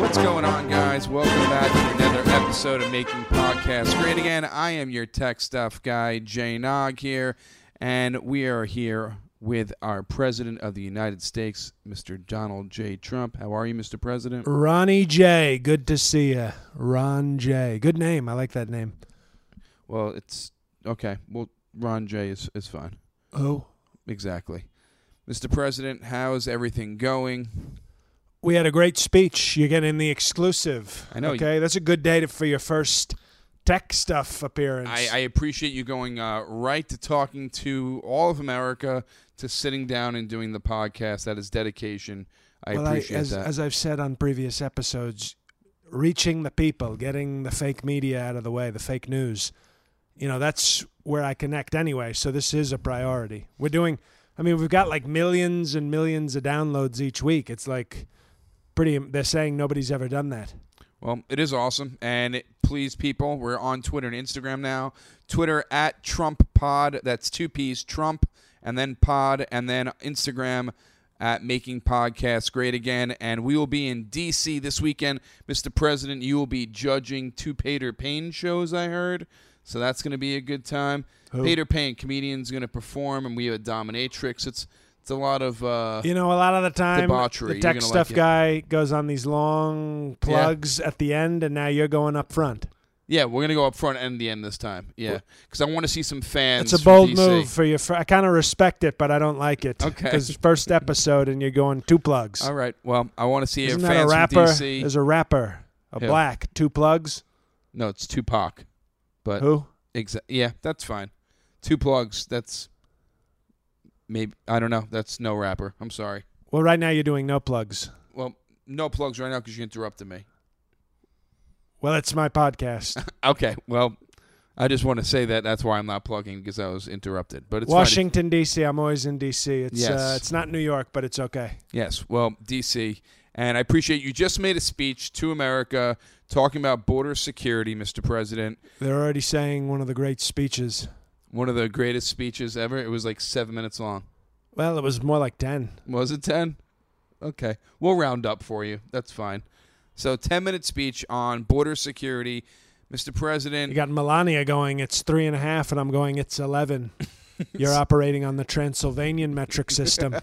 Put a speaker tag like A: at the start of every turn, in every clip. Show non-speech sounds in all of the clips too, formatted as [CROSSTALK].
A: What's going on, guys? Welcome back to another episode of Making Podcasts Great Again. I am your tech stuff guy, Jay Nog here, and we are here with our President of the United States, Mr. Donald J. Trump. How are you, Mr. President?
B: Ronnie J. Good to see you. Ron J. Good name. I like that name.
A: Well, it's okay. Well, Ron J. is, is fine.
B: Oh.
A: Exactly. Mr. President, how's everything going?
B: We had a great speech. You're getting the exclusive.
A: I know.
B: Okay. That's a good day to, for your first tech stuff appearance.
A: I, I appreciate you going uh, right to talking to all of America, to sitting down and doing the podcast. That is dedication. I
B: well,
A: appreciate
B: as,
A: that.
B: as I've said on previous episodes, reaching the people, getting the fake media out of the way, the fake news, you know, that's where I connect anyway. So this is a priority. We're doing, I mean, we've got like millions and millions of downloads each week. It's like pretty, they're saying nobody's ever done that.
A: well, it is awesome. And it, please, people, we're on Twitter and Instagram now. Twitter at Trump Pod. That's two P's Trump and then Pod and then Instagram at Making Podcasts Great Again. And we will be in D.C. this weekend. Mr. President, you will be judging two Pater Payne shows, I heard. So that's going to be a good time. Pater Payne, comedian's going to perform, and we have a dominatrix. It's it's a lot of uh,
B: You know, a lot of the time,
A: Debauchery.
B: the
A: You're
B: tech
A: gonna
B: stuff
A: like it.
B: guy goes on these long plugs at the end, and now you're going up front.
A: Yeah, we're gonna go up front and the end this time. Yeah, because I want to see some fans.
B: It's a
A: from
B: bold
A: DC.
B: move for you. I kind of respect it, but I don't like it.
A: Okay.
B: Because first episode, and you're going two plugs.
A: All right. Well, I want to see
B: Isn't
A: if
B: that a
A: fans
B: rapper?
A: from DC.
B: There's a rapper, a
A: Who?
B: black, two plugs.
A: no, it's Tupac. But
B: Who?
A: exa- yeah, that's fine. Two plugs. That's maybe I don't know. That's no rapper. I'm sorry.
B: Well, right now you're doing no plugs.
A: Well, no plugs right now because you interrupted me.
B: Well, it's
A: [LAUGHS]
B: my podcast.
A: Okay. Well, I just want to say that that's why I'm not plugging because I was interrupted. But it's fine.
B: Washington D.C. I'm always in D.C. It's uh,
A: Yes.
B: it's not New York, but it's okay.
A: Yes, well, DC, and I appreciate you just made a speech to America talking about border security, Mr. President.
B: They're already saying one of the great speeches.
A: One of the greatest speeches ever. It was like seven minutes long.
B: Well, it was more like ten.
A: Was it 10? Okay. We'll round up for you. That's fine. So, 10 minute speech on border security. Mr. President,
B: You got Melania going, it's three and a half, and I'm going,
A: [LAUGHS]
B: it's 11. You're operating on the Transylvanian metric system.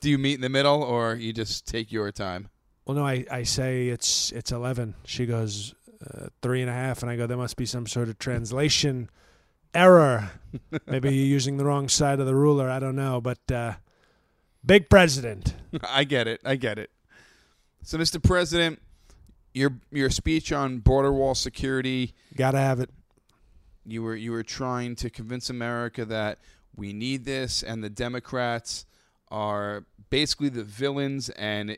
A: do you meet in the middle or you just take your time? [LAUGHS]
B: well, no, I, I say it's it's 11. She goes, uh, three and a half, and I go, there must be some sort of translation
A: [LAUGHS]
B: error. Maybe you're using the wrong side of the ruler. I don't know, but uh, big president.
A: I get it. I get it. So, Mr. President, your your speech on border wall security
B: Gotta have it.
A: You were you were trying to convince America that we need this, and the Democrats are basically the villains, and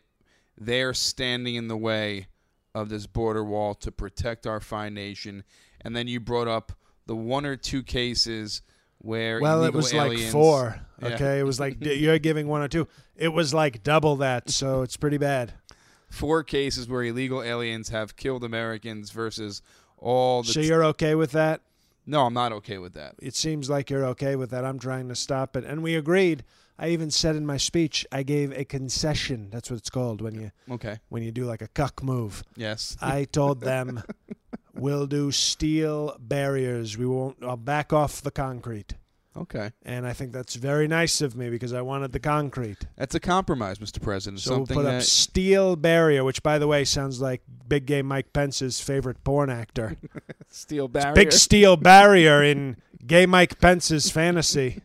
A: they're standing in the way of this border wall to protect our fine nation. And then you brought up the one or two cases where
B: Well, it
A: illegal
B: was like
A: aliens-
B: four.
A: Yeah.
B: Okay, it was
A: [LAUGHS]
B: like you're giving one or two. It was like double that, so it's pretty bad.
A: four cases where illegal aliens have killed Americans versus all the
B: So you're okay with that?
A: no, I'm not okay with that.
B: it seems like you're okay with that. I'm trying to stop it. And we agreed. I even said in my speech, I gave a concession. That's what it's called when you
A: Okay,
B: when you do like a
A: [LAUGHS]
B: cuck move.
A: yes,
B: I told them we'll do steel barriers. We won't I'll back off the concrete.
A: okay,
B: And I think that's very nice of me because I wanted the concrete.
A: that's a compromise, Mr. President.
B: So we'll
A: Something
B: put up
A: that
B: steel barrier, which by the way sounds like big gay Mike Pence's favorite porn
A: [LAUGHS]
B: actor.
A: steel barrier.
B: Big steel barrier in gay Mike Pence's fantasy.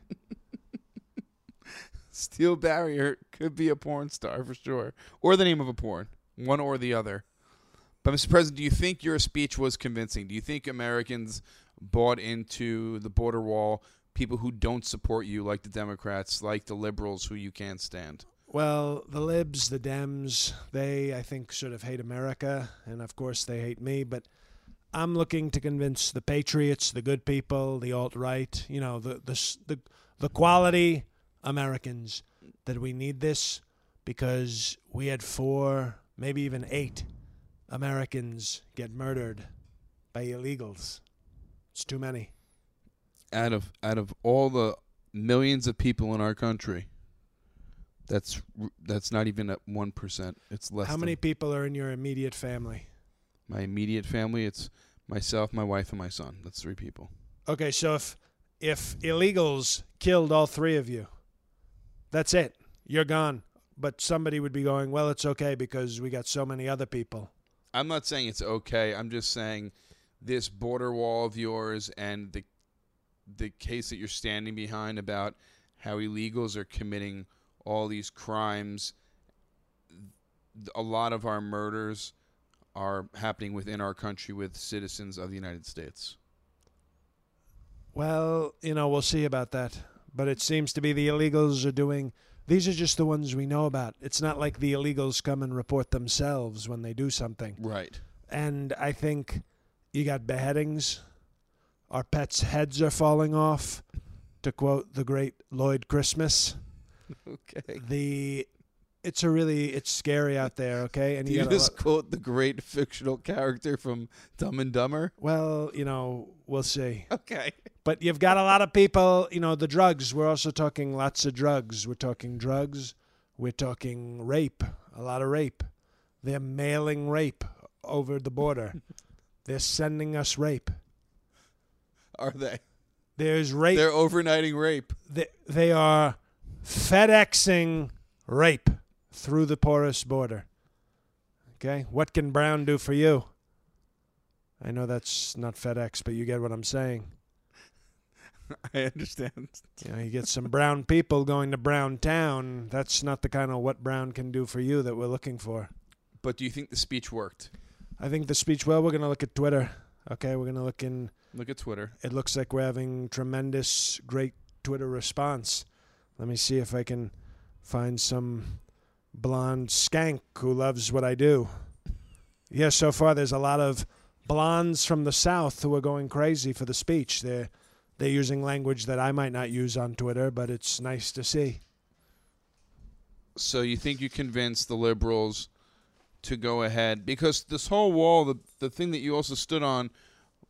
A: Steel Barrier could be a porn star for sure, or the name of a porn, one or the other. But Mr. President, do you think your speech was convincing? Do you think Americans bought into the border wall, people who don't support you, like the Democrats, like the liberals who you can't stand.
B: Well, the libs, the Dems, they, I think, sort of hate America. And of course, they hate me. But I'm looking to convince the patriots, the good people, the alt right, you know, the, the, s- the, the quality Americans that we need this because we had four, maybe even eight Americans get murdered by illegals. It's too many.
A: Out of out of all the millions of people in our country, that's r- that's not even at one percent. It's less.
B: How
A: than
B: many people are in your immediate family?
A: My immediate family. It's myself, my wife, and my son. That's three people.
B: Okay, so if if illegals killed all three of you, that's it. You're gone. But somebody would be going, "Well, it's okay because we got so many other people."
A: I'm not saying it's okay. I'm just saying this border wall of yours and the the case that you're standing behind about how illegals are committing all these crimes. A lot of our murders are happening within our country with citizens of the United States.
B: Well, you know, we'll see about that. But it seems to be the illegals are doing these are just the ones we know about. It's not like the illegals come and report themselves when they do something.
A: Right.
B: and I think you got beheadings. Our pets' heads are falling off, to quote the great Lloyd Christmas.
A: Okay.
B: The it's a really it's scary out there, okay? And you,
A: You
B: got a
A: just
B: lot-
A: quote the great fictional character from Dumb and Dumber.
B: well, you know, we'll see.
A: Okay.
B: But you've got a lot of people, you know, the drugs. We're also talking lots of drugs. We're talking drugs. We're talking rape, a lot of rape. They're mailing rape over the border. They're sending us rape.
A: Are they?
B: There's rape
A: They're overnighting rape.
B: they, they are FedExing rape through the porous border. Okay, what can Brown do for you? I know that's not FedEx, but you get what I'm saying.
A: I understand.
B: You know, you get some brown people going to Brown Town. That's not the kind of what Brown can do for you that we're looking for.
A: But do you think the speech worked?
B: I think the speech. Well, we're going to look at Twitter. Okay, we're going to look in.
A: Look at Twitter.
B: It looks like we're having tremendous, great Twitter response. Let me see if I can find some blonde skank who loves what I do. Yeah, so far there's a lot of blondes from the South who are going crazy for the speech. They're they're using language that I might not use on Twitter, but it's nice to see.
A: So you think you convinced the liberals to go ahead because this whole wall, the the thing that you also stood on,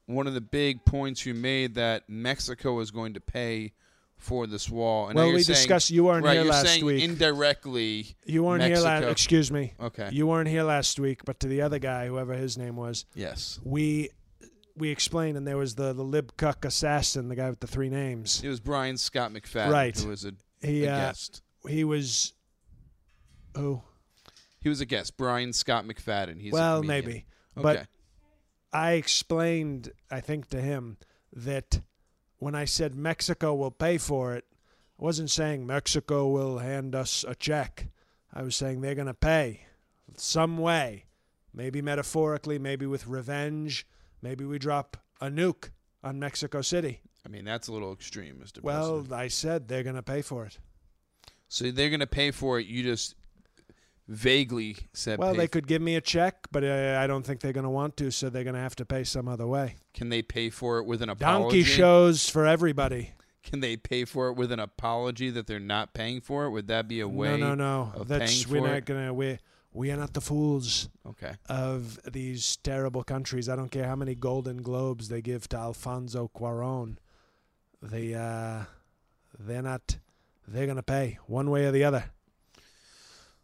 A: one of the big points you made that Mexico is going to pay for this wall. And now
B: well,
A: you're
B: we
A: saying-
B: discussed you weren't
A: right,
B: here
A: you're
B: last
A: saying
B: week.
A: indirectly.
B: you weren't here last
A: Mexico-
B: excuse me.
A: Okay.
B: You weren't here last week, but to the other guy, whoever his name was,
A: yes,
B: we we explained, and there was the the lib cuck assassin, the guy with the three names.
A: it was Brian Scott McFadden
B: Right.
A: who was a,
B: He
A: a
B: uh,
A: guest.
B: he was oh
A: He was a guest. Brian Scott McFadden. He's a
B: well
A: comedian.
B: maybe,
A: Okay.
B: but I explained I think to him that when I said Mexico will pay for it, I wasn't saying Mexico will hand us a check. I was saying they're going to pay some way, maybe metaphorically, maybe with revenge, maybe we drop a nuke on Mexico City.
A: I mean that's a little extreme, Mr. President.
B: Well, I said they're going to pay for it.
A: So they're going to pay for it. You just vaguely said.
B: Well,
A: pay
B: they
A: f-
B: could give me a check, but uh, I don't think they're going to want to, so they're going to have to pay some other way.
A: Can they pay for it with an apology?
B: Donkey shows for everybody.
A: Can they pay for it with an apology that they're not paying for it? Would that be a way?
B: no, no, no.
A: of
B: That's
A: paying
B: we're
A: for
B: not
A: it?
B: going to. We we are not the fools
A: Okay.
B: of these terrible countries. I don't care how many Golden Globes they give to Alfonso Cuarón. They uh, they're not. They're going to pay one way or the other.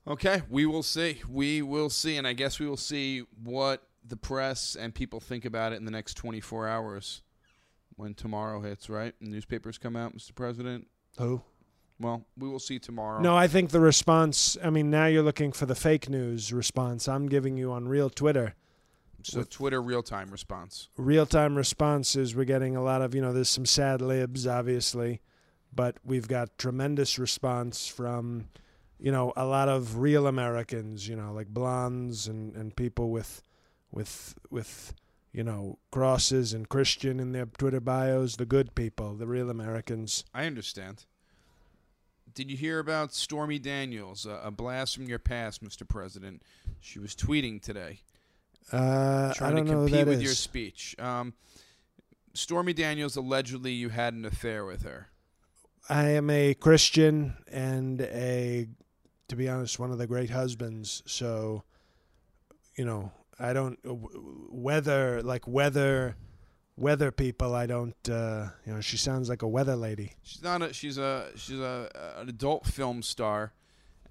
A: Okay. We will see. We will see, and I guess we will see what the press and people think about it in the next 24 hours when tomorrow hits. Right? Newspapers come out, Mr. President.
B: Who?
A: Well, we will see tomorrow.
B: No, I think the response. I mean, now you're looking for the fake news response. I'm giving you on real Twitter.
A: So Twitter real time response.
B: real time responses. We're getting a lot of, you know, there's some sad libs, obviously, but we've got tremendous response from, you know, a lot of real Americans, you know, like blondes and, and people with, with, with, you know, Crosses and Christian in their Twitter bios, the good people, the real Americans.
A: I understand. Did you hear about Stormy Daniels? Uh, a blast from your past, Mr. President. She was tweeting today,
B: Uh, I
A: trying
B: don't
A: to
B: know who
A: compete
B: that
A: with your
B: is.
A: speech. Um, Stormy Daniels allegedly you had an affair with her.
B: I am a Christian and a, to be honest, one of the great husbands. So, you know, I don't uh, w- whether like whether weather people. I don't. Uh, you know, she sounds like a weather lady.
A: She's not a she's a she's a an adult film star,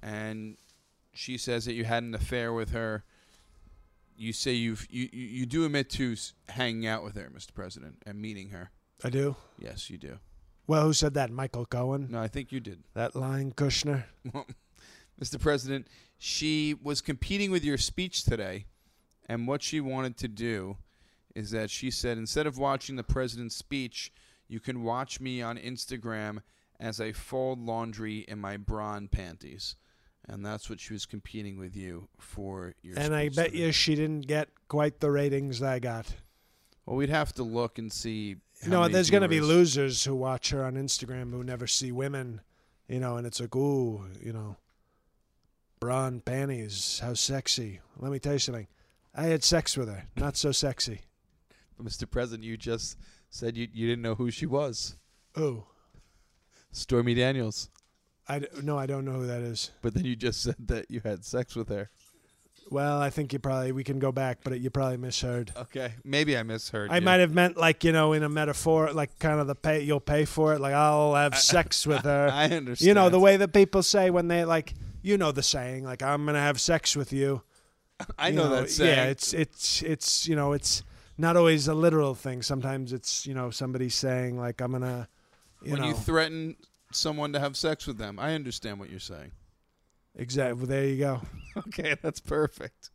A: and she says that you had an affair with her. You say you've you you you do admit to s- hanging out with her, Mr. President, and meeting her.
B: I do.
A: Yes, you do.
B: Well, who said that? Michael Cohen.
A: No, I think you did,
B: That lying Kushner.
A: Mr. President. She was competing with your speech today, and what she wanted to do is that she said instead of watching the president's speech, you can watch me on Instagram as I fold laundry in my brawn panties. And that's what she was competing with you for your
B: and I
A: speech
B: bet
A: today.
B: you she didn't get quite the ratings that I got.
A: Well, we'd have to look and see. how
B: no,
A: many
B: there's going to be
A: viewers-
B: losers who watch her on Instagram who never see women, you know, and it's like, ooh, you know, brawn panties, how sexy. Let me tell you something. I had sex with her. Not so sexy.
A: Mr. President, you just said you, you didn't know who she was.
B: Ooh.
A: Stormy Daniels.
B: I, d- no, I don't know who that is.
A: But then you just said that you had sex with her.
B: Well, I think you probably, we can go back, but you probably misheard.
A: Okay, maybe I misheard.
B: I
A: you.
B: might have meant like, you know, in a metaphor, like kind of the pay, you'll pay for it. Like, I'll have sex with her.
A: [LAUGHS] I understand.
B: uh, You know, the way that people say when they like, you know, the saying, like, I'm going to have sex with you.
A: I
B: You
A: know, that saying.
B: Yeah, it's, it's, it's, you know, it's not always a literal thing. Sometimes it's, you know, somebody saying, like, I'm going to, you
A: when
B: know,
A: you threaten someone to have sex with them. I understand what you're saying. [LAUGHS]
B: exactly. There you go.
A: Okay, that's perfect.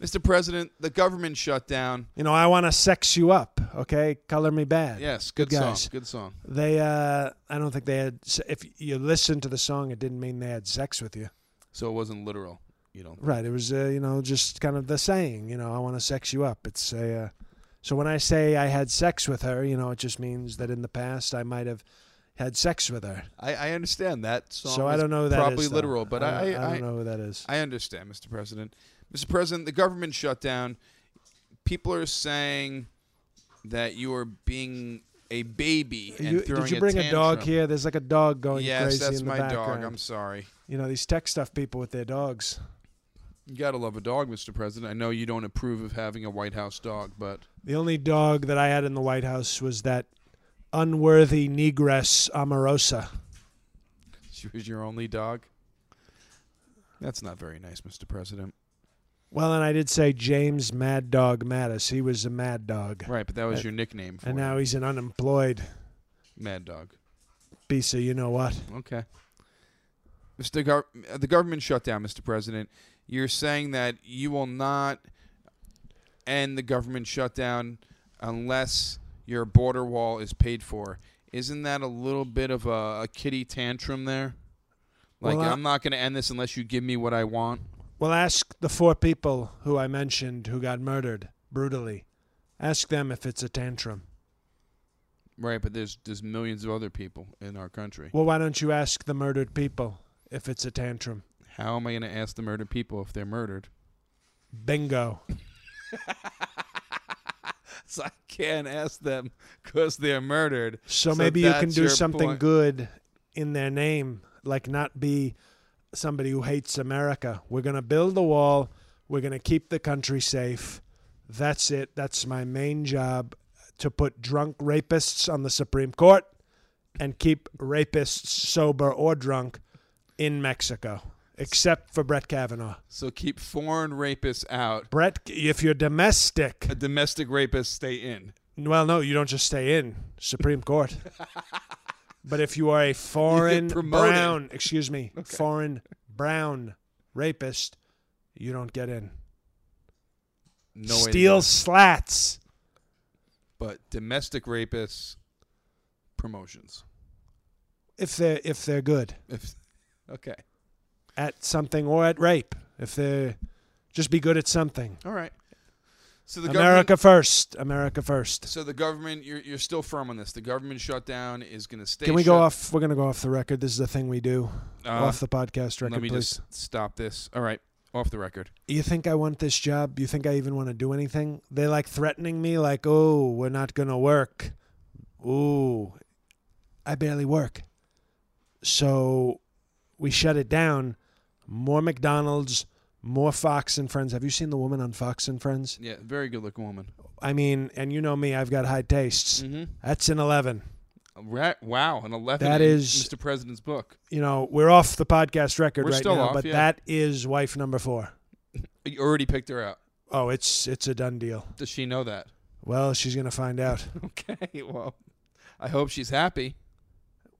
A: Mr. President, the government shutdown.
B: You know, I want to sex you up. Okay. Color me bad.
A: Yes, good,
B: Good
A: song.
B: guys.
A: Good song.
B: They, uh, I don't think they had, if you listen to the song, it didn't mean they had sex with you.
A: So it wasn't literal. You don't.
B: Right. It was, uh, you know, just kind of the saying, you know, I want to sex you up. It's a, uh, so when I say I had sex with her, you know, it just means that in the past I might have had sex with her.
A: I, I understand that song.
B: so I
A: is
B: don't know who that
A: probably
B: is, though.
A: literal, but I
B: don't-
A: I, I,
B: I don't know who that is.
A: I understand, Mr. President. Mr. President, the government shutdown. People are saying that you are being a baby and
B: You-
A: throwing
B: did you bring a, dog
A: tantrum.
B: here? There's like a dog going
A: Yes,
B: crazy
A: that's
B: in the
A: my
B: background.
A: dog. I'm sorry.
B: You know these tech stuff people with their dogs.
A: You gotta love a dog, Mr. President. I know you don't approve of having a White House dog, but
B: The only dog that I had in the White House was that unworthy negress Amorosa.
A: she was your only dog. That's not very nice, Mr. President.
B: Well, and I did say James Mad Dog Mattis. He was a mad dog,
A: Right, but that was
B: Uh,
A: your nickname for
B: and
A: him.
B: now he's an unemployed
A: Mad Dog.
B: piece of you know what.
A: Okay. Mr. Gov- uh, the government shutdown, Mr. President. You're saying that you will not end the government shutdown unless your border wall is paid for. Isn't that a little bit of a, a kitty tantrum there? Like,
B: Well, I-
A: I'm not going to end this unless you give me what I want.
B: Well, ask the four people who I mentioned who got murdered brutally. Ask them if it's a tantrum.
A: Right, but there's there's millions of other people in our country.
B: Well, why don't you ask the murdered people if it's a tantrum?
A: How am I going to ask the murdered people if they're murdered? [LAUGHS]
B: Bingo.
A: So I can't ask them because they're murdered.
B: So,
A: So
B: maybe you can
A: that's
B: do
A: your
B: something
A: point.
B: good in their name, like not be somebody who hates America. We're going to build the wall, we're going to keep the country safe. That's it. That's my main job to put drunk rapists on the Supreme Court and keep rapists sober or drunk in Mexico, except for Brett Kavanaugh.
A: So keep foreign rapists out.
B: Brett, if you're domestic,
A: A domestic rapist stay in.
B: Well, no, you don't just stay in Supreme Court.
A: [LAUGHS]
B: but if you are a foreign
A: promoted.
B: brown,
A: [LAUGHS]
B: excuse me, foreign brown rapist, you don't get in.
A: No way to
B: Steel
A: go.
B: slats.
A: but domestic rapists promotions.
B: If they're if they're good
A: If [LAUGHS] okay,
B: at something or at rape, if they're just be good at something.
A: all right. So the government-
B: America first. America first.
A: So the government, you're, you're still firm on this. The government shutdown is going to stay.
B: Can we go
A: shut-
B: off? We're going to go off the record. This is the thing we do.
A: Uh,
B: off the podcast record,
A: Let me
B: please.
A: just stop this. All right, off the record.
B: you think I want this job? You think I even want to do anything? They like threatening me, like, oh, we're not going to work. Ooh, I barely work. So we shut it down. More McDonald's, more Fox and Friends. Have you seen the woman on Fox and Friends?
A: Yeah, very good looking woman.
B: I mean, and you know me, I've got high tastes.
A: Mhm.
B: That's an 11.
A: Ra- wow, an eleven.
B: That
A: in
B: is-
A: Mr. President's book.
B: You know, we're off the podcast record
A: We're
B: right
A: still
B: now,
A: off,
B: but
A: yeah.
B: that is wife number four.
A: You already picked her out.
B: Oh, it's it's a done deal.
A: Does she know that? [LAUGHS]
B: Well, she's going to find out.
A: Okay. Well, I hope she's happy.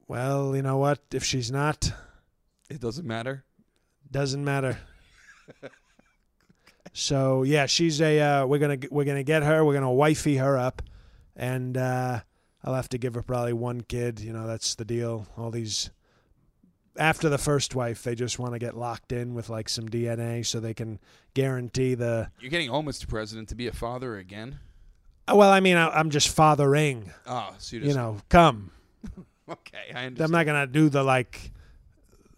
B: Well, you know what? If she's not,
A: It doesn't matter. [LAUGHS]
B: doesn't matter. so yeah, she's a. Uh, we're gonna we're gonna get her. We're gonna wifey her up, and uh, I'll have to give her probably one kid. You know that's the deal. All these after the first wife, they just want to get locked in with like some DNA so they can guarantee the.
A: You're getting old, Mr. President, to be a father again.
B: Oh, Well, I mean, I, I'm just fathering.
A: Oh, so you
B: You
A: just,
B: know, come.
A: [LAUGHS] Okay, I
B: I'm
A: understand.
B: not gonna do the like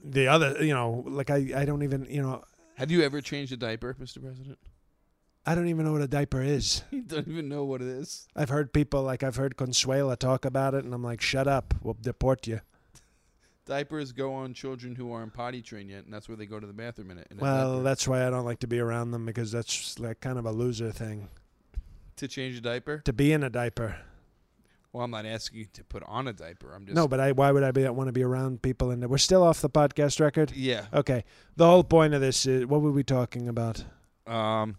B: the other. You know, like I I don't even you know.
A: Have you ever changed a diaper, Mr. President? [LAUGHS]
B: I don't even know what a diaper is.
A: You don't even know what it is.
B: I've heard people like I've heard Consuela talk about it, and I'm like, shut up, we'll deport you.
A: Diapers go on children who aren't potty trained yet, and that's where they go to the bathroom in it. in a
B: Well,
A: diaper.
B: that's why I don't like to be around them because that's like kind of a loser thing
A: to change a diaper.
B: to be in a diaper.
A: Well, I'm not asking you to put on a diaper. I'm just
B: No, but I why would I be want to be around people? And we're still off the podcast record.
A: yeah.
B: Okay, the whole point of this is what were we talking about?
A: Um,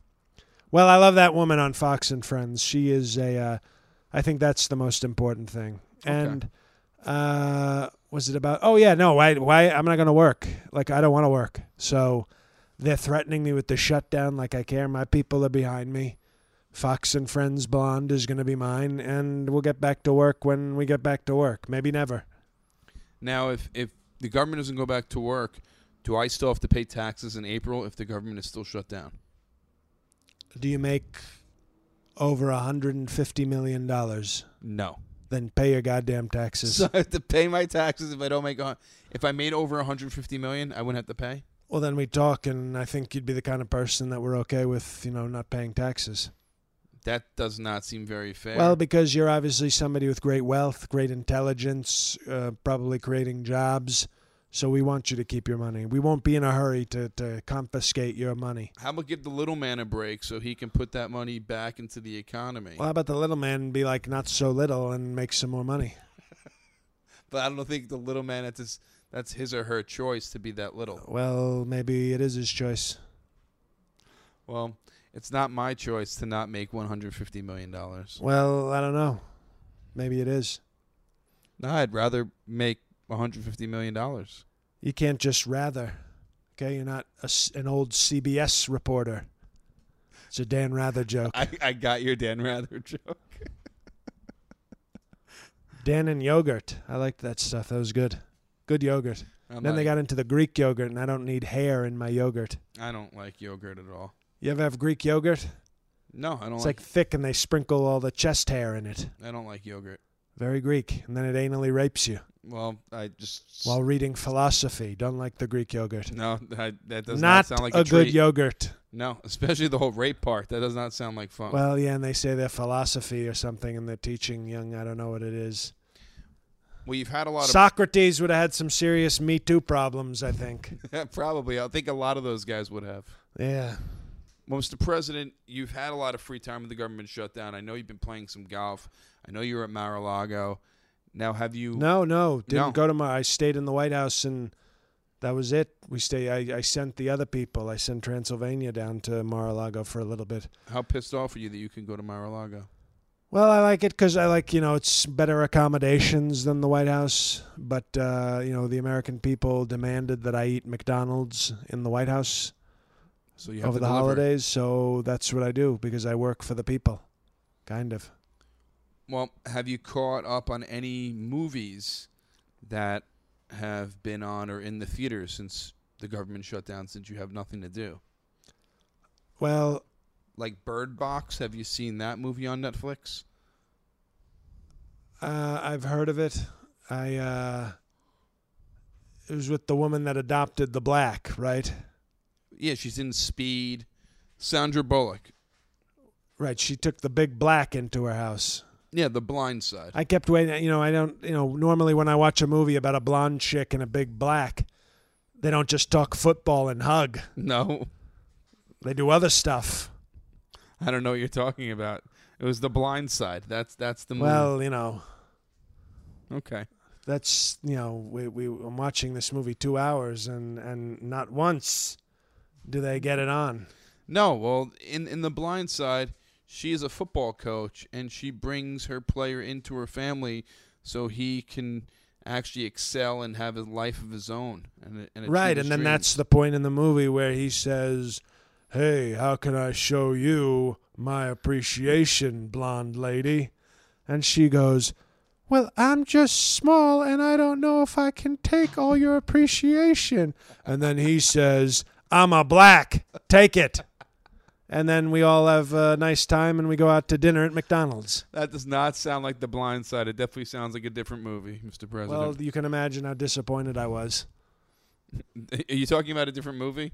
B: Well, I love that woman on Fox and Friends. She is a. Uh, I think that's the most important thing. And uh, was it about? Oh yeah, no. Why? Why? I'm not going to work. Like I don't want to work. So they're threatening me with the shutdown. Like I care. My people are behind me. Fox and Friends Blonde is going to be mine, and we'll get back to work when we get back to work. Maybe never.
A: now, if if the government doesn't go back to work, do I still have to pay taxes in April if the government is still shut down?
B: Do you make over a hundred and fifty million dollars?
A: No.
B: Then pay your goddamn taxes.
A: So I have to pay my taxes if I don't make a, if I made over 150 million, I wouldn't have to pay.
B: Well, then we talk, and I think you'd be the kind of person that we're okay with, you know, not paying taxes.
A: That does not seem very fair.
B: Well, because you're obviously somebody with great wealth, great intelligence, uh, probably creating jobs. So we want you to keep your money. We won't be in a hurry to, to confiscate your money.
A: how about give the little man a break so he can put that money back into the economy?
B: Well, how about the little man be like, not so little, and make some more money?
A: But I don't think the little man that's his, that's his or her choice to be that little.
B: Well, maybe it is his choice.
A: Well, it's not my choice to not make 150 million dollars.
B: Well, I don't know. Maybe it is.
A: No, I'd rather make 150 million dollars.
B: You can't just rather. Okay, you're not a s an old CBS reporter. It's a Dan Rather joke.
A: I, I got your Dan Rather [LAUGHS] joke.
B: Dan and yogurt. I liked that stuff. That was good. Good yogurt.
A: I'm not-
B: then
A: e-
B: they got into the Greek yogurt, and I don't need hair in my yogurt.
A: I don't like yogurt at all.
B: You ever have Greek yogurt?
A: No, I don't
B: It's
A: like,
B: like thick, and they sprinkle all the chest hair in it.
A: I don't like yogurt.
B: Very Greek. And then it anally rapes you
A: Well, I just
B: while reading philosophy. Don't like the Greek yogurt.
A: no, I, that does not,
B: not
A: sound like
B: a,
A: a,
B: good
A: treat.
B: yogurt.
A: no, especially the whole rape part. That does not sound like fun.
B: Well, yeah, and they say they're philosophy or something, and they're teaching young, I don't know what it is.
A: well, you've had a lot of
B: Socrates would have had some serious Me Too problems, I think.
A: [LAUGHS] probably. I think a lot of those guys would have.
B: yeah.
A: Well, Mr. President, you've had a lot of free time with the government shutdown. I know you've been playing some golf. I know you were at Mar-a-Lago. Now, have you?
B: No, no, didn't
A: No.
B: go to my. I stayed in the White House, and that was it. We stay. I, I sent the other people. I sent Transylvania down to Mar-a-Lago for a little bit.
A: How pissed off are you that you can go to Mar-a-Lago?
B: Well, I like it because I like you know it's better accommodations than the White House, but uh, you know the American people demanded that I eat McDonald's in the White House
A: So you have
B: over
A: to
B: the
A: deliver.
B: holidays, so that's what I do because I work for the people, kind of.
A: Well, have you caught up on any movies that have been on or in the theater since the government shutdown? Since you have nothing to do,
B: Well,
A: like Bird Box. Have you seen that movie on Netflix?
B: Uh, I've heard of it. I uh, it was with the woman that adopted the black, right?
A: Yeah, she's in Speed. Sandra Bullock.
B: Right. She took the big black into her house.
A: Yeah, The Blind
B: [LAUGHS]
A: Side.
B: I kept waiting. You know, I don't. You know, normally when I watch a movie about a blonde chick and a big black, they don't just talk football and hug.
A: no,
B: They do other stuff.
A: I don't know what you're talking about. It was The Blind Side. That's that's the movie.
B: Well, you know,
A: okay.
B: that's you know, we we I'm watching this movie two hours and and not once do they get it on.
A: No, well, in in The Blind Side, she is a football coach, and she brings her player into her family so he can actually excel and have a life of his own. And, a- and achieve
B: Right,
A: his
B: and then
A: dreams.
B: that's the point in the movie where he says, "Hey, how can I show you my appreciation, blonde lady?" And she goes, "Well, I'm just small and I don't know if I can take all your appreciation." And then he says, "I'm a black. Take it." And then we all have a nice time and we go out to dinner at McDonald's.
A: that does not sound like The Blind Side. It definitely sounds like a different movie, Mr. President.
B: Well, you can imagine how disappointed I was.
A: [LAUGHS] Are you talking about a different movie?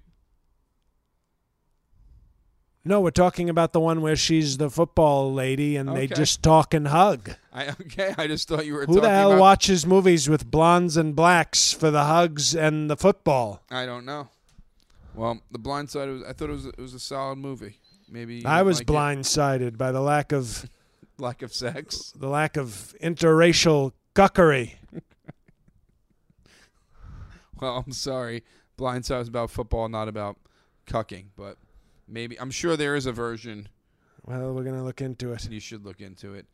B: No, we're talking about the one where she's the football lady and they
A: Okay.
B: just talk and hug.
A: I [LAUGHS] okay. I just thought you were
B: Who
A: talking
B: the hell
A: about.
B: watches movies with blondes and blacks for the hugs and the football?
A: I don't know. Well, The Blind Side. Was, I thought it was it was a solid movie. Maybe you
B: I
A: didn't
B: was
A: like it.
B: blindsided by the lack of
A: Lack of sex.
B: the lack of interracial cuckery.
A: [LAUGHS] Well, I'm sorry. Blind Side was about football, not about cucking. But maybe I'm sure there is a version.
B: Well, we're gonna look into it,
A: You should look into it.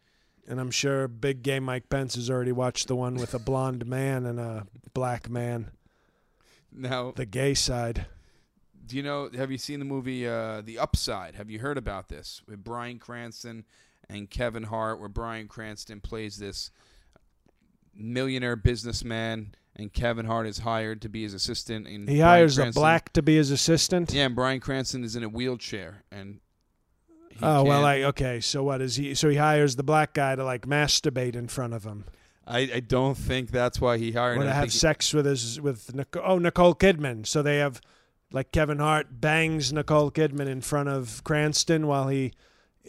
B: and I'm sure Big Gay Mike Pence has already watched the one with a blonde man and a black man,
A: Now,
B: the gay side.
A: do you know? Have you seen the movie uh, The Upside? Have you heard about this with Brian Cranston and Kevin Hart, where Brian Cranston plays this millionaire businessman, and Kevin Hart is hired to be his assistant. And
B: He
A: Bryan
B: hires a
A: Cranston-
B: black to be his assistant.
A: Yeah, and Brian Cranston is in a wheelchair, and he
B: Oh well,
A: can't-
B: like okay. So what is he? So he hires the black guy to like masturbate in front of him.
A: I, I don't think that's why he hired.
B: Want
A: him.
B: to
A: I
B: have
A: think he-
B: sex with his with Nicole, oh Nicole Kidman. So they have like Kevin Hart bangs Nicole Kidman in front of Cranston while he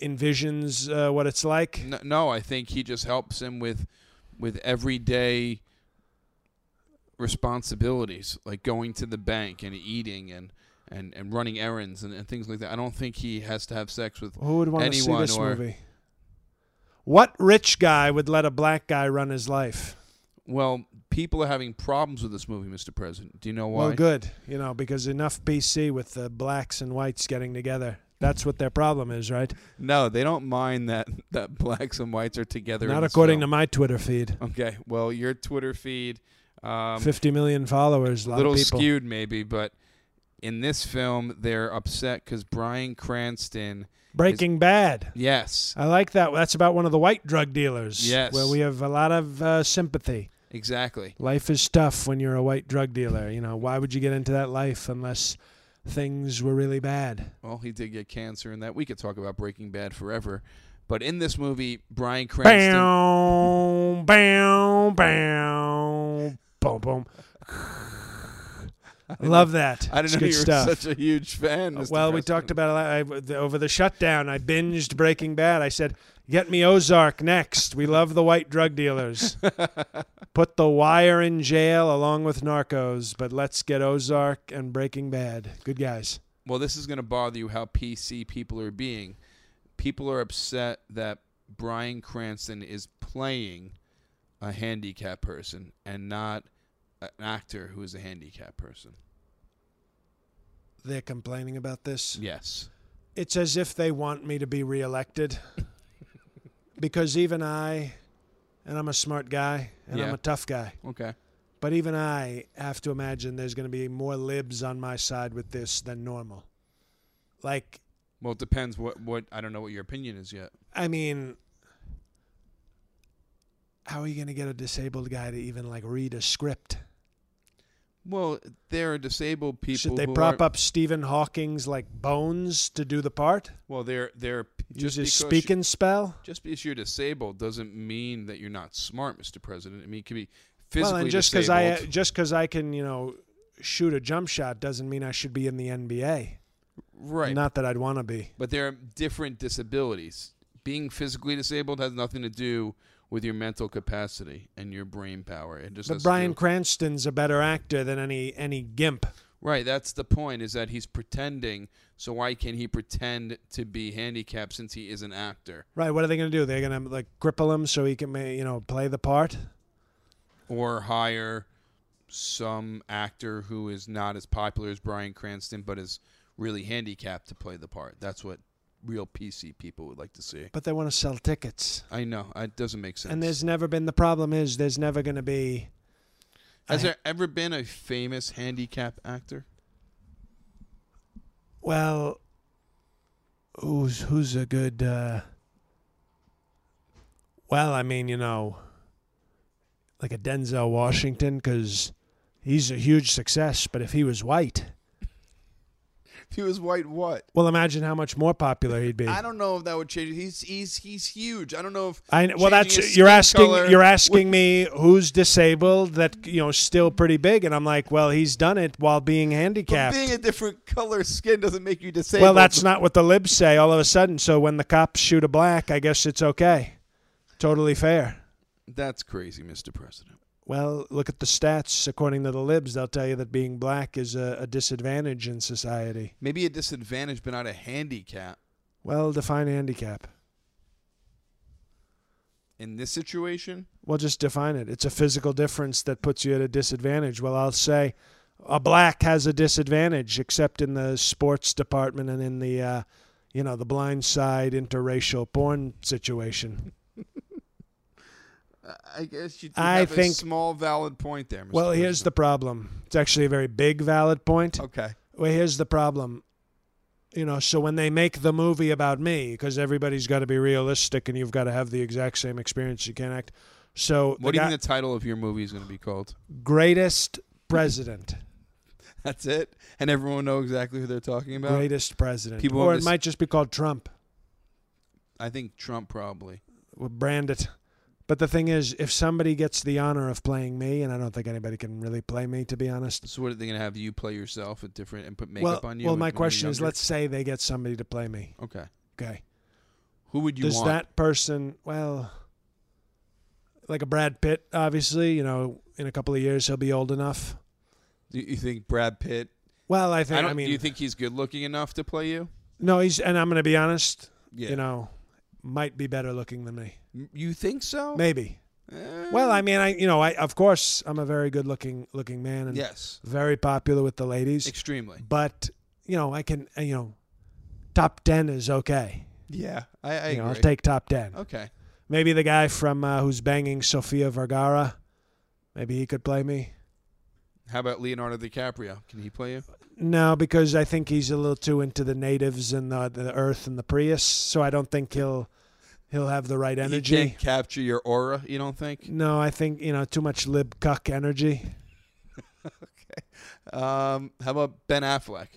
B: envisions uh, what it's like.
A: No, no, I think he just helps him with with everyday responsibilities, like going to the bank and eating and and, and running errands and, and things like that. I don't think he has to have sex with.
B: Who would want to see
A: Anyone
B: this
A: or-
B: movie? What rich guy would let a black guy run his life?
A: Well, people are having problems with this movie, Mr. President. Do you know why?
B: Well, good, you know, because enough BC with the blacks and whites getting together. That's what their problem is, right?
A: No, they don't mind that [LAUGHS] that blacks and whites are together.
B: Not according to my Twitter feed.
A: to. Okay, well, your Twitter feed. Um,
B: Fifty million followers, a lot
A: little
B: of people.
A: skewed maybe, but in this film they're upset because Brian Cranston.
B: Breaking Bad.
A: Yes,
B: I like that. That's about one of the white drug dealers.
A: Yes.
B: Where we have a lot of uh, sympathy.
A: exactly.
B: Life is tough when you're a white drug dealer. You know, why would you get into that life unless things were really bad?
A: Well, he did get cancer, and that we could talk about Breaking Bad forever. But in this movie, Brian Cranston.
B: Boom, boom, boom, boom, boom. Love that.
A: [LAUGHS] I
B: It's
A: didn't know
B: good
A: you were
B: stuff. Uh,
A: such a huge fan. Mr.
B: well, we
A: President.
B: talked about it la- I, the- over the shutdown. I binged Breaking Bad. I said, "Get me Ozark next. We love the white drug [LAUGHS] dealers. Put The Wire in jail along with Narcos, but let's get Ozark and Breaking Bad. Good guys.
A: Well, this is going to bother you how PC people are being. People are upset that Brian Cranston is playing a handicapped person and not an actor who is a handicapped person.
B: They're complaining about this.
A: Yes.
B: It's as if they want me to be [LAUGHS] reelected, because even I, and I'm a smart guy, and I'm
A: Yeah.
B: a tough guy."
A: Okay.
B: But even I have to imagine there's going to be more libs on my side with this than normal. Like,
A: Well, it depends what what I don't know what your opinion is yet.
B: I mean, how are you going to get a disabled guy to even like read a script?
A: Well, there are disabled people.
B: Should they
A: who
B: prop
A: are-
B: up Stephen Hawking's like bones to do the part?
A: Well, they're they're just
B: Use his
A: because you-
B: speaking spell.
A: Just because you're disabled doesn't mean that you're not smart, Mr. President. I mean, you can be
B: Well,
A: physically
B: and just because
A: disabled.
B: I uh, just because I can you know shoot a jump shot doesn't mean I should be in the NBA.
A: right,
B: Not that I'd want to be.
A: but there are different disabilities. Being physically disabled has nothing to do with your mental capacity and your brain power. It just
B: But
A: has to
B: Brian
A: do-
B: Cranston's a better actor than any any gimp.
A: Right, that's the point is that he's pretending. So why can't he pretend to be handicapped since he is an actor?
B: Right? What are they going to do? They're going to like cripple him so he can ma- you know play the part.
A: Or hire some actor who is not as popular as Brian Cranston but is really handicapped to play the part. That's what real PC people would like to see.
B: But they want to sell tickets,
A: I know, it doesn't make sense.
B: and there's never been. The problem is there's never going to be.
A: Has
B: I-
A: there ever been a famous handicap actor?
B: Well, who's who's a good? Uh, well, I mean, you know, like a Denzel Washington, because he's a huge success. But if he was white,
A: If he was white, what?
B: well, imagine how much more popular he'd be.
A: I don't know if that would change. He's he's he's huge. I don't know if
B: I, well,
A: changing
B: that's
A: his
B: you're
A: skin
B: asking.
A: color
B: You're
A: would-
B: asking me who's disabled that you know still pretty big, and I'm like, well, he's done it while being handicapped.
A: a different color skin doesn't make you disabled.
B: well, that's not what the libs say. All of a sudden, so when the cops shoot a black, I guess it's okay. Totally fair.
A: that's crazy, Mr. President.
B: Well, look at the stats. According to the libs, they'll tell you that being black is a, a disadvantage in society.
A: Maybe a disadvantage, but not a handicap
B: Well, define handicap.
A: in this situation.
B: Well, just define it. It's a physical difference that puts you at a disadvantage. Well, I'll say a black has a disadvantage, except in the sports department and in the, uh, you know, the blind side interracial porn situation.
A: I guess you do
B: I
A: have a
B: think-
A: small valid point there. Mr.
B: Well, here's the problem. It's actually a very big, valid point.
A: okay.
B: Well, here's the problem. You know, so when they make the movie about me, because everybody's got to be realistic and you've got to have the exact same experience, you can't act. So,
A: What
B: the
A: do you
B: guy-
A: think the title of your movie is going to be called?
B: greatest president,
A: [LAUGHS] That's it, and everyone will know exactly who they're talking about.
B: greatest president,
A: people
B: or
A: on
B: it
A: this-
B: might just be called Trump.
A: I think Trump probably.
B: We'll brand it. But the thing is, if somebody gets the honor of playing me, and I don't think anybody can really play me, to be honest.
A: So what are they going to have you play yourself at different and put
B: Well,
A: makeup on you?
B: well,
A: when-
B: my
A: when you're
B: question is,
A: younger?
B: let's say they get somebody to play me.
A: okay.
B: Okay.
A: Who would you
B: does
A: want?
B: that person well like a brad pitt obviously you know in a couple of years he'll be old enough
A: do you think Brad Pitt?
B: well i think
A: I
B: i,
A: don't.
B: mean
A: do you think he's good looking enough to play you?
B: no he's and i'm gonna be honest
A: Yeah.
B: you know might be better looking than me
A: M- You think so?
B: maybe
A: Eh,
B: well i mean i you know i of course i'm a very good looking looking man and
A: yes,
B: very popular with the ladies
A: extremely.
B: but you know i can uh, you know top 10 is okay
A: Yeah, I, I
B: you know, i'll
A: agree. Oh.
B: take top 10
A: okay,
B: maybe the guy from uh, who's banging sofia vergara maybe he could play me
A: how about Leonardo DiCaprio? Can he play you?
B: No, because I think he's a little too into the natives and the, the earth and the Prius, so I don't think he'll he'll have the right
A: He
B: energy.
A: can't capture your aura. You don't think?
B: No, I think you know too much lib cuck energy.
A: Um, how about Ben Affleck?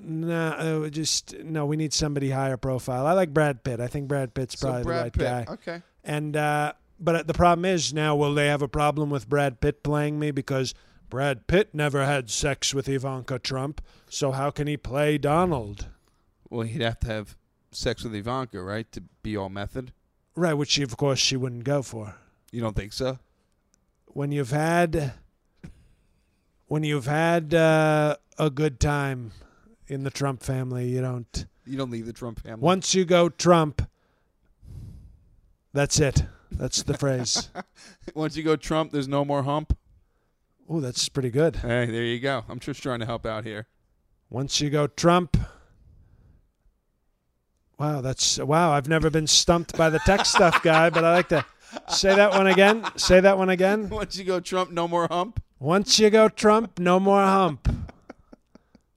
B: No, uh, just no. We need somebody higher profile. I like Brad Pitt. I think Brad Pitt's probably
A: so Brad
B: the
A: Pitt.
B: right guy.
A: Okay.
B: And uh, but the problem is now, will they have a problem with Brad Pitt playing me because Brad Pitt never had sex with Ivanka Trump? So how can he play Donald?
A: Well, he'd have to have sex with Ivanka, right, to be all method.
B: Right, which of course she wouldn't go for.
A: You don't think so?
B: when you've had when you've had uh, a good time in the Trump family, you don't.
A: You don't leave the Trump family.
B: Once you go Trump, that's it. That's the phrase.
A: [LAUGHS] Once you go Trump, there's no more hump.
B: Oh, that's pretty good.
A: Hey, there you go. I'm just trying to help out here. [LAUGHS]
B: Once you go Trump. Wow, that's wow. I've never been stumped by the tech stuff guy, but I like to say that one again. Say that one again.
A: Once you go Trump, no more hump.
B: Once you go Trump, no more hump.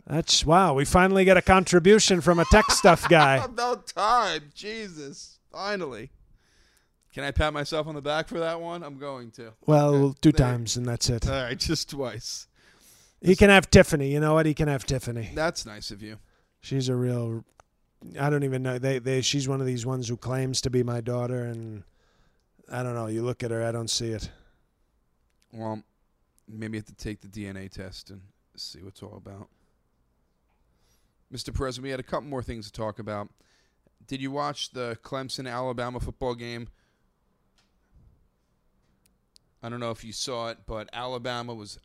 B: That's wow. We finally get a contribution from a tech stuff guy.
A: About time, Jesus! Finally. Can I pat myself on the back for that one? I'm going to.
B: Well, two
A: There.
B: times and that's it.
A: All right, just twice.
B: He can have Tiffany. You know what? He can have Tiffany.
A: That's nice of you.
B: She's a real. I don't even know. They, they. She's one of these ones who claims to be my daughter, and I don't know. You look at her, I don't see it.
A: Well, maybe you have to take the DNA test and see what it's all about. Mr. President, we had a couple more things to talk about. Did you watch the Clemson Alabama football game? I don't know if you saw it, but Alabama was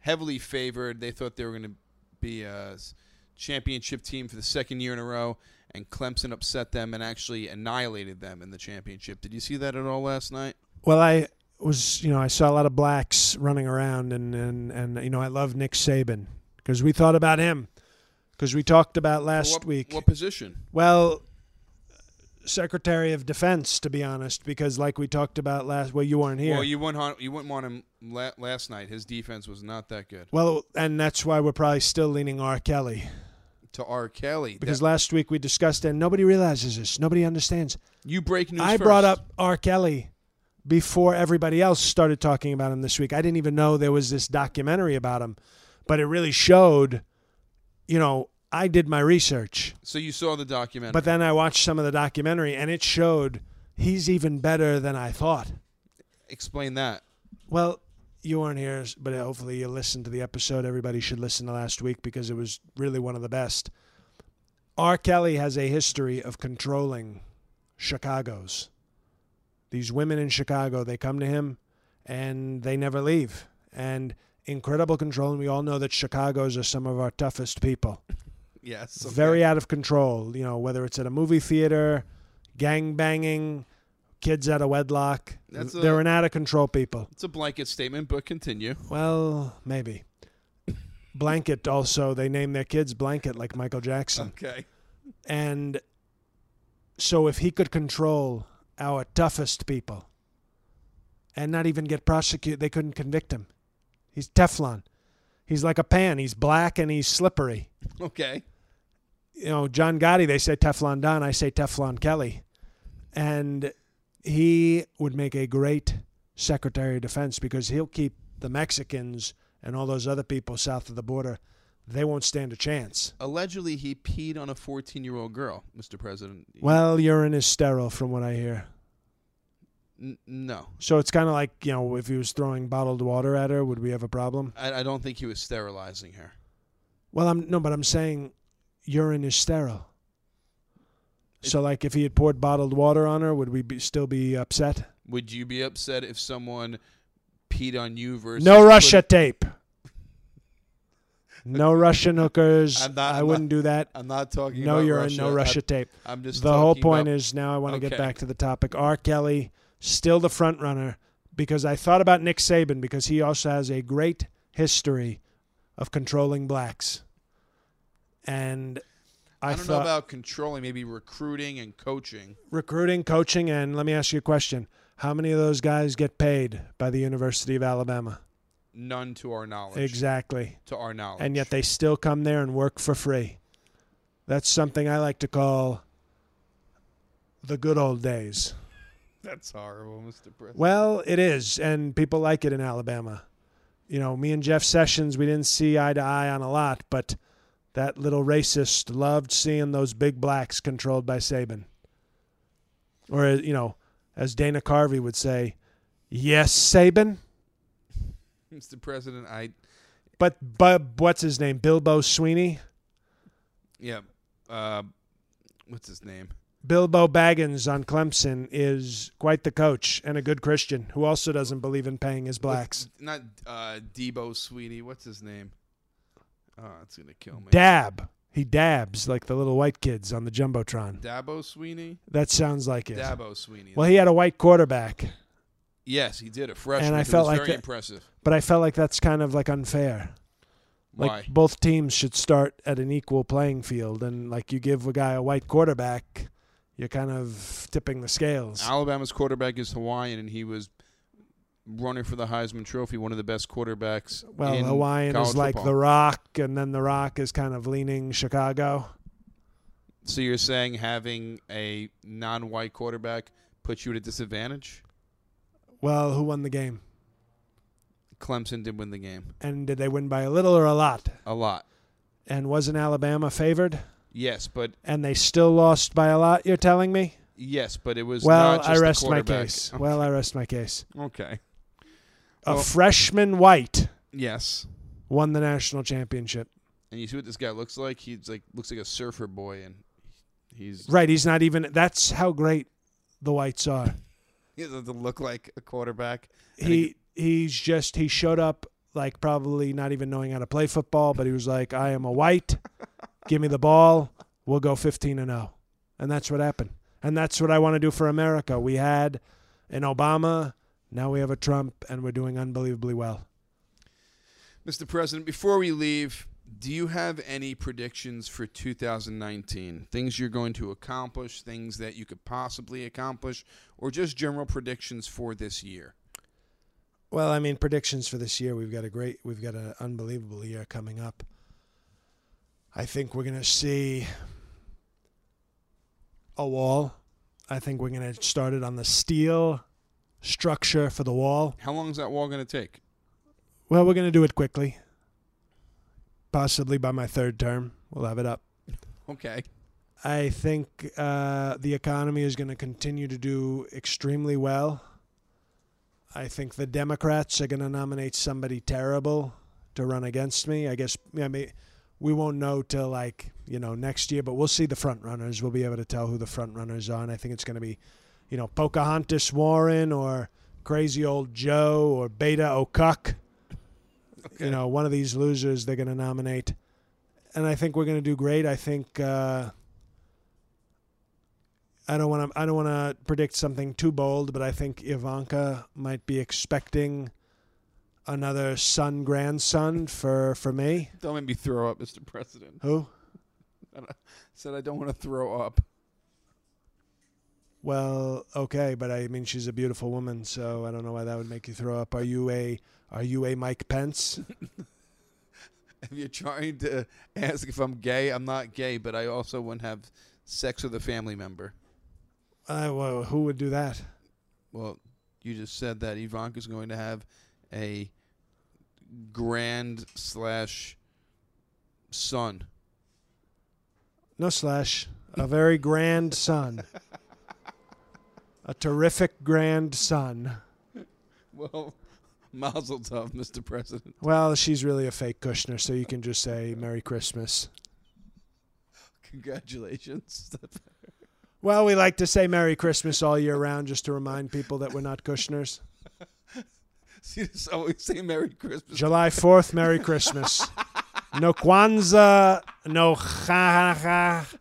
A: heavily favored. They thought they were going to be a s- championship team for the second year in a row, and Clemson upset them and actually annihilated them in the championship. Did you see that at all last night?
B: Well, I was, you know, I saw a lot of blacks running around, and and and you know, I love Nick Saban because we thought about him because we talked about last
A: what,
B: week.
A: What position?
B: Well, Secretary of Defense, to be honest, because like we talked about last, well, you weren't here.
A: Well, you wouldn't hon- you wouldn't want him la- last night. His defense was not that good.
B: Well, and that's why we're probably still leaning R. Kelly
A: To R. Kelly,
B: because
A: that-
B: last week we discussed and nobody realizes this, nobody understands.
A: you break news.
B: I
A: first.
B: brought up R. Kelly before everybody else started talking about him this week. I didn't even know there was this documentary about him, but it really showed, you know, I did my research.
A: So you saw the documentary.
B: But then I watched some of the documentary and it showed he's even better than I thought.
A: Explain that.
B: Well, you weren't here, but hopefully you listened to the episode. Everybody should listen to last week because it was really one of the best. R. Kelly has a history of controlling Chicago's. These women in Chicago, they come to him and they never leave. And incredible control. And we all know that Chicago's are some of our toughest people.
A: Yes. okay.
B: Very out of control, you know, whether it's at a movie theater, gang banging, kids out of wedlock.
A: That's a-
B: They're an out of control people.
A: It's a blanket statement, but continue.
B: Well, maybe. Blanket also, they name their kids Blanket like Michael Jackson.
A: Okay.
B: And so if he could control our toughest people and not even get prosecuted, they couldn't convict him. He's Teflon. He's like a pan. He's black and he's slippery.
A: Okay.
B: You know, John Gotti, they say Teflon Don, I say Teflon Kelly. And he would make a great Secretary of Defense because he'll keep the Mexicans and all those other people south of the border. They won't stand a chance.
A: Allegedly, he peed on a 14-year-old girl, Mr. President.
B: Well, urine is sterile from what I hear.
A: N- no,
B: So it's kind of like, you know, if he was throwing bottled water at her, would we have a problem?
A: I, I don't think he was sterilizing her.
B: Well, I'm no, but I'm saying urine is sterile. So like if he had poured bottled water on her, would we be, still be upset?
A: Would you be upset if someone peed on you versus
B: No
A: put-
B: Russia
A: [LAUGHS]
B: tape. No Russian hookers.
A: I'm not-
B: I
A: I'm
B: wouldn't do that.
A: I'm not talking
B: No
A: about
B: urine,
A: Russia.
B: no Russia tape.
A: I, am just
B: the whole
A: talking
B: point
A: about-
B: is now I want to
A: Okay.
B: get back to the topic. R. Kelly still the front runner because I thought about Nick Saban because he also has a great history of controlling blacks, and I,
A: I, don't
B: thought
A: know about controlling, maybe recruiting and coaching.
B: recruiting, coaching, and let me ask you a question: How many of those guys get paid by the University of Alabama?
A: None to our knowledge.
B: Exactly,
A: To our knowledge.
B: and yet they still come there and work for free. That's something I like to call the good old days.
A: [LAUGHS] that's horrible, Mr. President. [LAUGHS]
B: Well, it is, and people like it in Alabama. You know, me and Jeff Sessions, we didn't see eye to eye on a lot, but that little racist loved seeing those big blacks controlled by Saban. Or, you know, as Dana Carvey would say, yes, Saban.
A: Mr. President, I
B: But, but what's his name? Bilbo Sweeney?
A: yeah, uh, what's his name?
B: Bilbo Baggins on Clemson is quite the coach and a good Christian who also doesn't believe in paying his blacks.
A: What's- Not uh, Debo Sweeney. What's his name? Oh, it's gonna kill me.
B: Dab. He dabs like the little white kids on the Jumbotron.
A: Dabo Sweeney.
B: That sounds like it.
A: Dabo Sweeney.
B: Well, he had a white quarterback,
A: yes, he did a freshman.
B: I
A: It
B: felt
A: was
B: like
A: very
B: that-
A: impressive.
B: but I felt like that's kind of like unfair. Like
A: Why?
B: both teams should start at an equal playing field, and like you give a guy a white quarterback, you're kind of tipping the scales.
A: Alabama's quarterback is Hawaiian, and he was running for the Heisman Trophy, one of the best quarterbacks.
B: well,
A: in
B: Hawaiian
A: college
B: is like
A: football.
B: the Rock, and then the Rock is kind of leaning Chicago.
A: So you're saying having a non-white quarterback puts you at a disadvantage?
B: Well, who won the game?
A: Clemson did win the game
B: And did they win by a little or a lot?
A: a lot.
B: And wasn't Alabama favored?
A: Yes, but
B: And they still lost by a lot. You're telling me?
A: yes, but it was
B: Well,
A: Not just
B: I
A: the
B: rest my
A: quarterback.
B: case. Well, I rest my case.
A: [LAUGHS] okay.
B: A
A: Well-
B: freshman white
A: Yes,
B: won the national championship.
A: and you see what this guy looks like. He's like looks like a surfer boy, and he's
B: Right? He's not even. That's how great the whites are.
A: he doesn't look like a quarterback. And
B: He he's just he showed up like probably not even knowing how to play football, but he was like, "I am a white. Give me the ball. We'll go 15 and 0." And that's what happened. And that's what I want to do for America. We had an Obama, now we have a Trump, and we're doing unbelievably well.
A: Mr. President, before we leave, do you have any predictions for 2019? Things you're going to accomplish, things that you could possibly accomplish, or just general predictions for this year?
B: Well, I mean, predictions for this year. We've got a great, we've got an unbelievable year coming up. I think we're going to see a wall. I think we're going to start it on the steel structure for the wall.
A: How long is that wall going to take?
B: Well, we're going to do it quickly. Possibly by my third term, we'll have it up.
A: Okay. [LAUGHS]
B: I think uh, the economy is going to continue to do extremely well. I think the Democrats are going to nominate somebody terrible to run against me. I guess I mean, we won't know till like you know next year, but we'll see the front runners. We'll be able to tell who the front runners are, and I think it's going to be, you know, Pocahontas Warren or crazy old Joe or Beta O'Cuck. You know, one of these losers they're going to nominate, and I think we're going to do great. I think. Uh, I don't want to. I don't want to predict something too bold, but I think Ivanka might be expecting another son grandson for for me.
A: Don't make me throw up, Mr. President.
B: Who?
A: said I don't want to throw up.
B: Well, okay, but I mean she's a beautiful woman, so I don't know why that would make you throw up. Are you a Are you a Mike Pence?
A: If you're trying to ask if I'm gay, I'm not gay, but I also wouldn't have sex with a family member.
B: Uh, well, who would do that?
A: Well, you just said that Ivanka's going to have a grand slash son.
B: No slash. A very grand son. A terrific grandson.
A: Well, [LAUGHS] mazel tov, Mr. President.
B: Well, she's really a fake Kushner, so you can just say Merry Christmas.
A: Congratulations. [LAUGHS]
B: Well, we like to say Merry Christmas all year round just to remind people that we're not Kushners.
A: you just always say Merry Christmas.
B: July 4th, Merry Christmas. No Kwanzaa, no Hanukkah,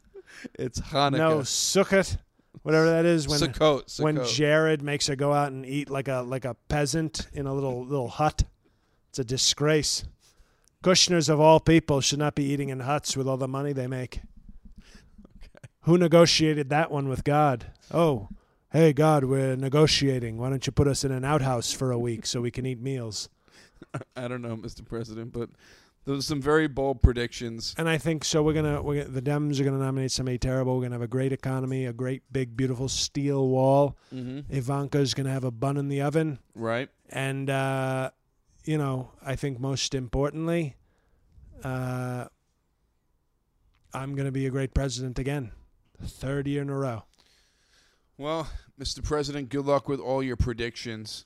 A: It's Hanukkah.
B: no Sukkot, whatever that is. When,
A: Sukkot. Sukkot.
B: when Jared makes her go out and eat like a like a peasant in a little little hut. It's a disgrace. Kushners of all people should not be eating in huts with all the money they make. Who negotiated that one with God? Oh, hey God, we're negotiating. Why don't you put us in an outhouse for a week so we can eat meals?
A: I don't know, Mr. President, but those are some very bold predictions.
B: And I think so. We're gonna we're, gonna- the Dems are gonna nominate somebody terrible. We're gonna have a great economy, a great big beautiful steel wall.
A: Mm-hmm.
B: Ivanka's gonna have a bun in the oven.
A: Right?
B: and uh, you know, I think most importantly, uh, I'm going to be a great president again, third year in a row.
A: Well, Mr. President, good luck with all your predictions.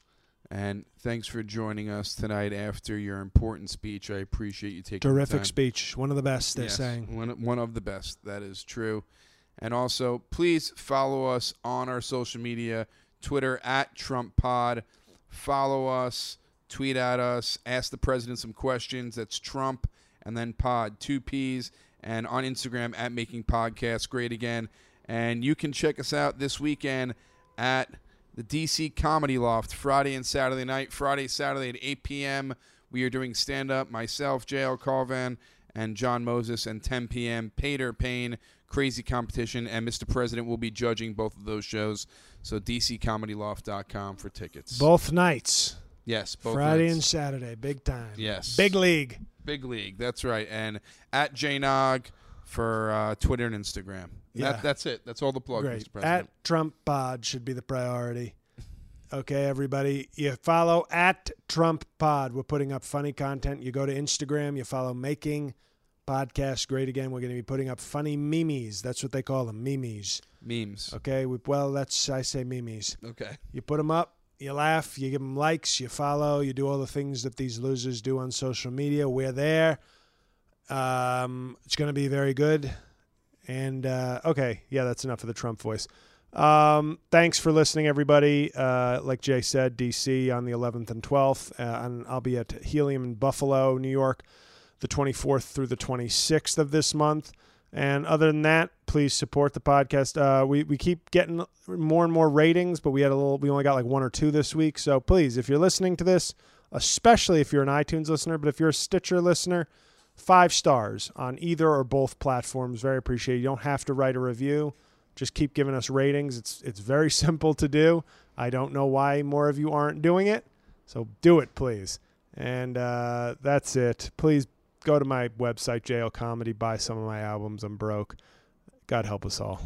A: And thanks for joining us tonight after your important speech. I appreciate you taking the
B: Terrific
A: time.
B: speech, one of the best. They're
A: Yes,
B: saying
A: one one of the best. That is true. And also, please follow us on our social media: Twitter at Trump Pod. Follow us, tweet at us, ask the president some questions. That's Trump and then Pod, two P's, and on Instagram at Making Podcasts. Great again, and you can check us out this weekend at the DC Comedy Loft Friday and Saturday night. Friday, Saturday at 8 p.m. We are doing stand up. Myself, JL Colvan, and John Moses, and 10 p.m. Pater Payne, Crazy Competition, and Mr. President will be judging both of those shows. So DCComedyLoft.com for tickets.
B: both nights,
A: yes, both
B: Friday
A: nights.
B: and Saturday, big time.
A: Yes.
B: big league.
A: Big League. That's right. And at JNog for uh, Twitter and Instagram.
B: Yeah.
A: That, that's it. That's all the plugs,
B: Great.
A: Mr. President.
B: At Trump Bod should be the priority. Okay, everybody, you follow at Trump Pod. We're putting up funny content. You go to Instagram, you follow Making Podcast Great Again. We're going to be putting up funny memes. That's what they call them, memes.
A: Memes.
B: Okay, we, well, that's I say memes.
A: Okay.
B: You put them up, you laugh, you give them likes, you follow, you do all the things that these losers do on social media. We're there. Um, it's going to be very good. And uh, okay, yeah, that's enough of the Trump voice. Um, thanks for listening, everybody. Uh, like Jay said, DC on the 11th and 12th, uh, and I'll be at Helium in Buffalo, New York, the 24th through the 26th of this month. And other than that, please support the podcast. Uh, we we keep getting more and more ratings, but we had a little. We only got like one or two this week. So please, if you're listening to this, especially if you're an iTunes listener, but if you're a Stitcher listener, five stars on either or both platforms. Very appreciated. You don't have to write a review. Just keep giving us ratings. It's it's very [LAUGHS] simple to do. I don't know why more of you aren't doing it. So do it, please. And uh, that's it. Please go to my website, JL Comedy, buy some of my albums. I'm broke. God help us all.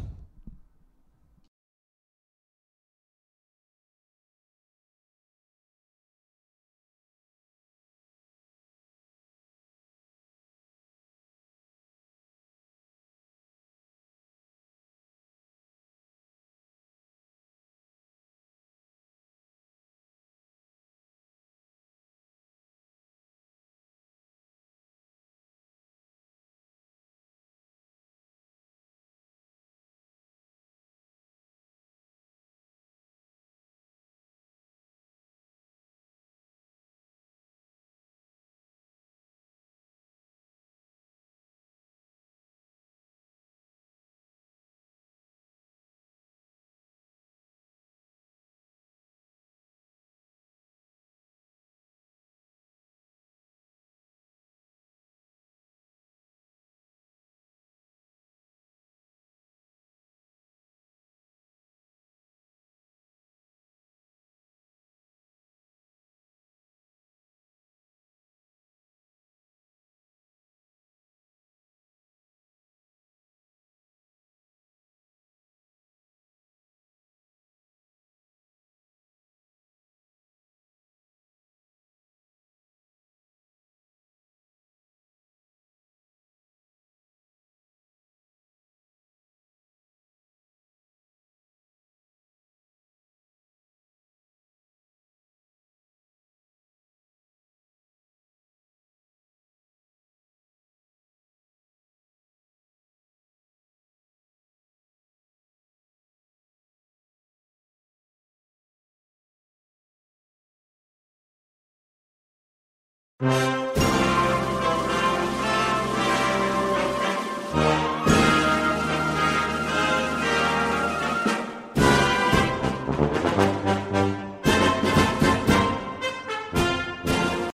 B: Thank you.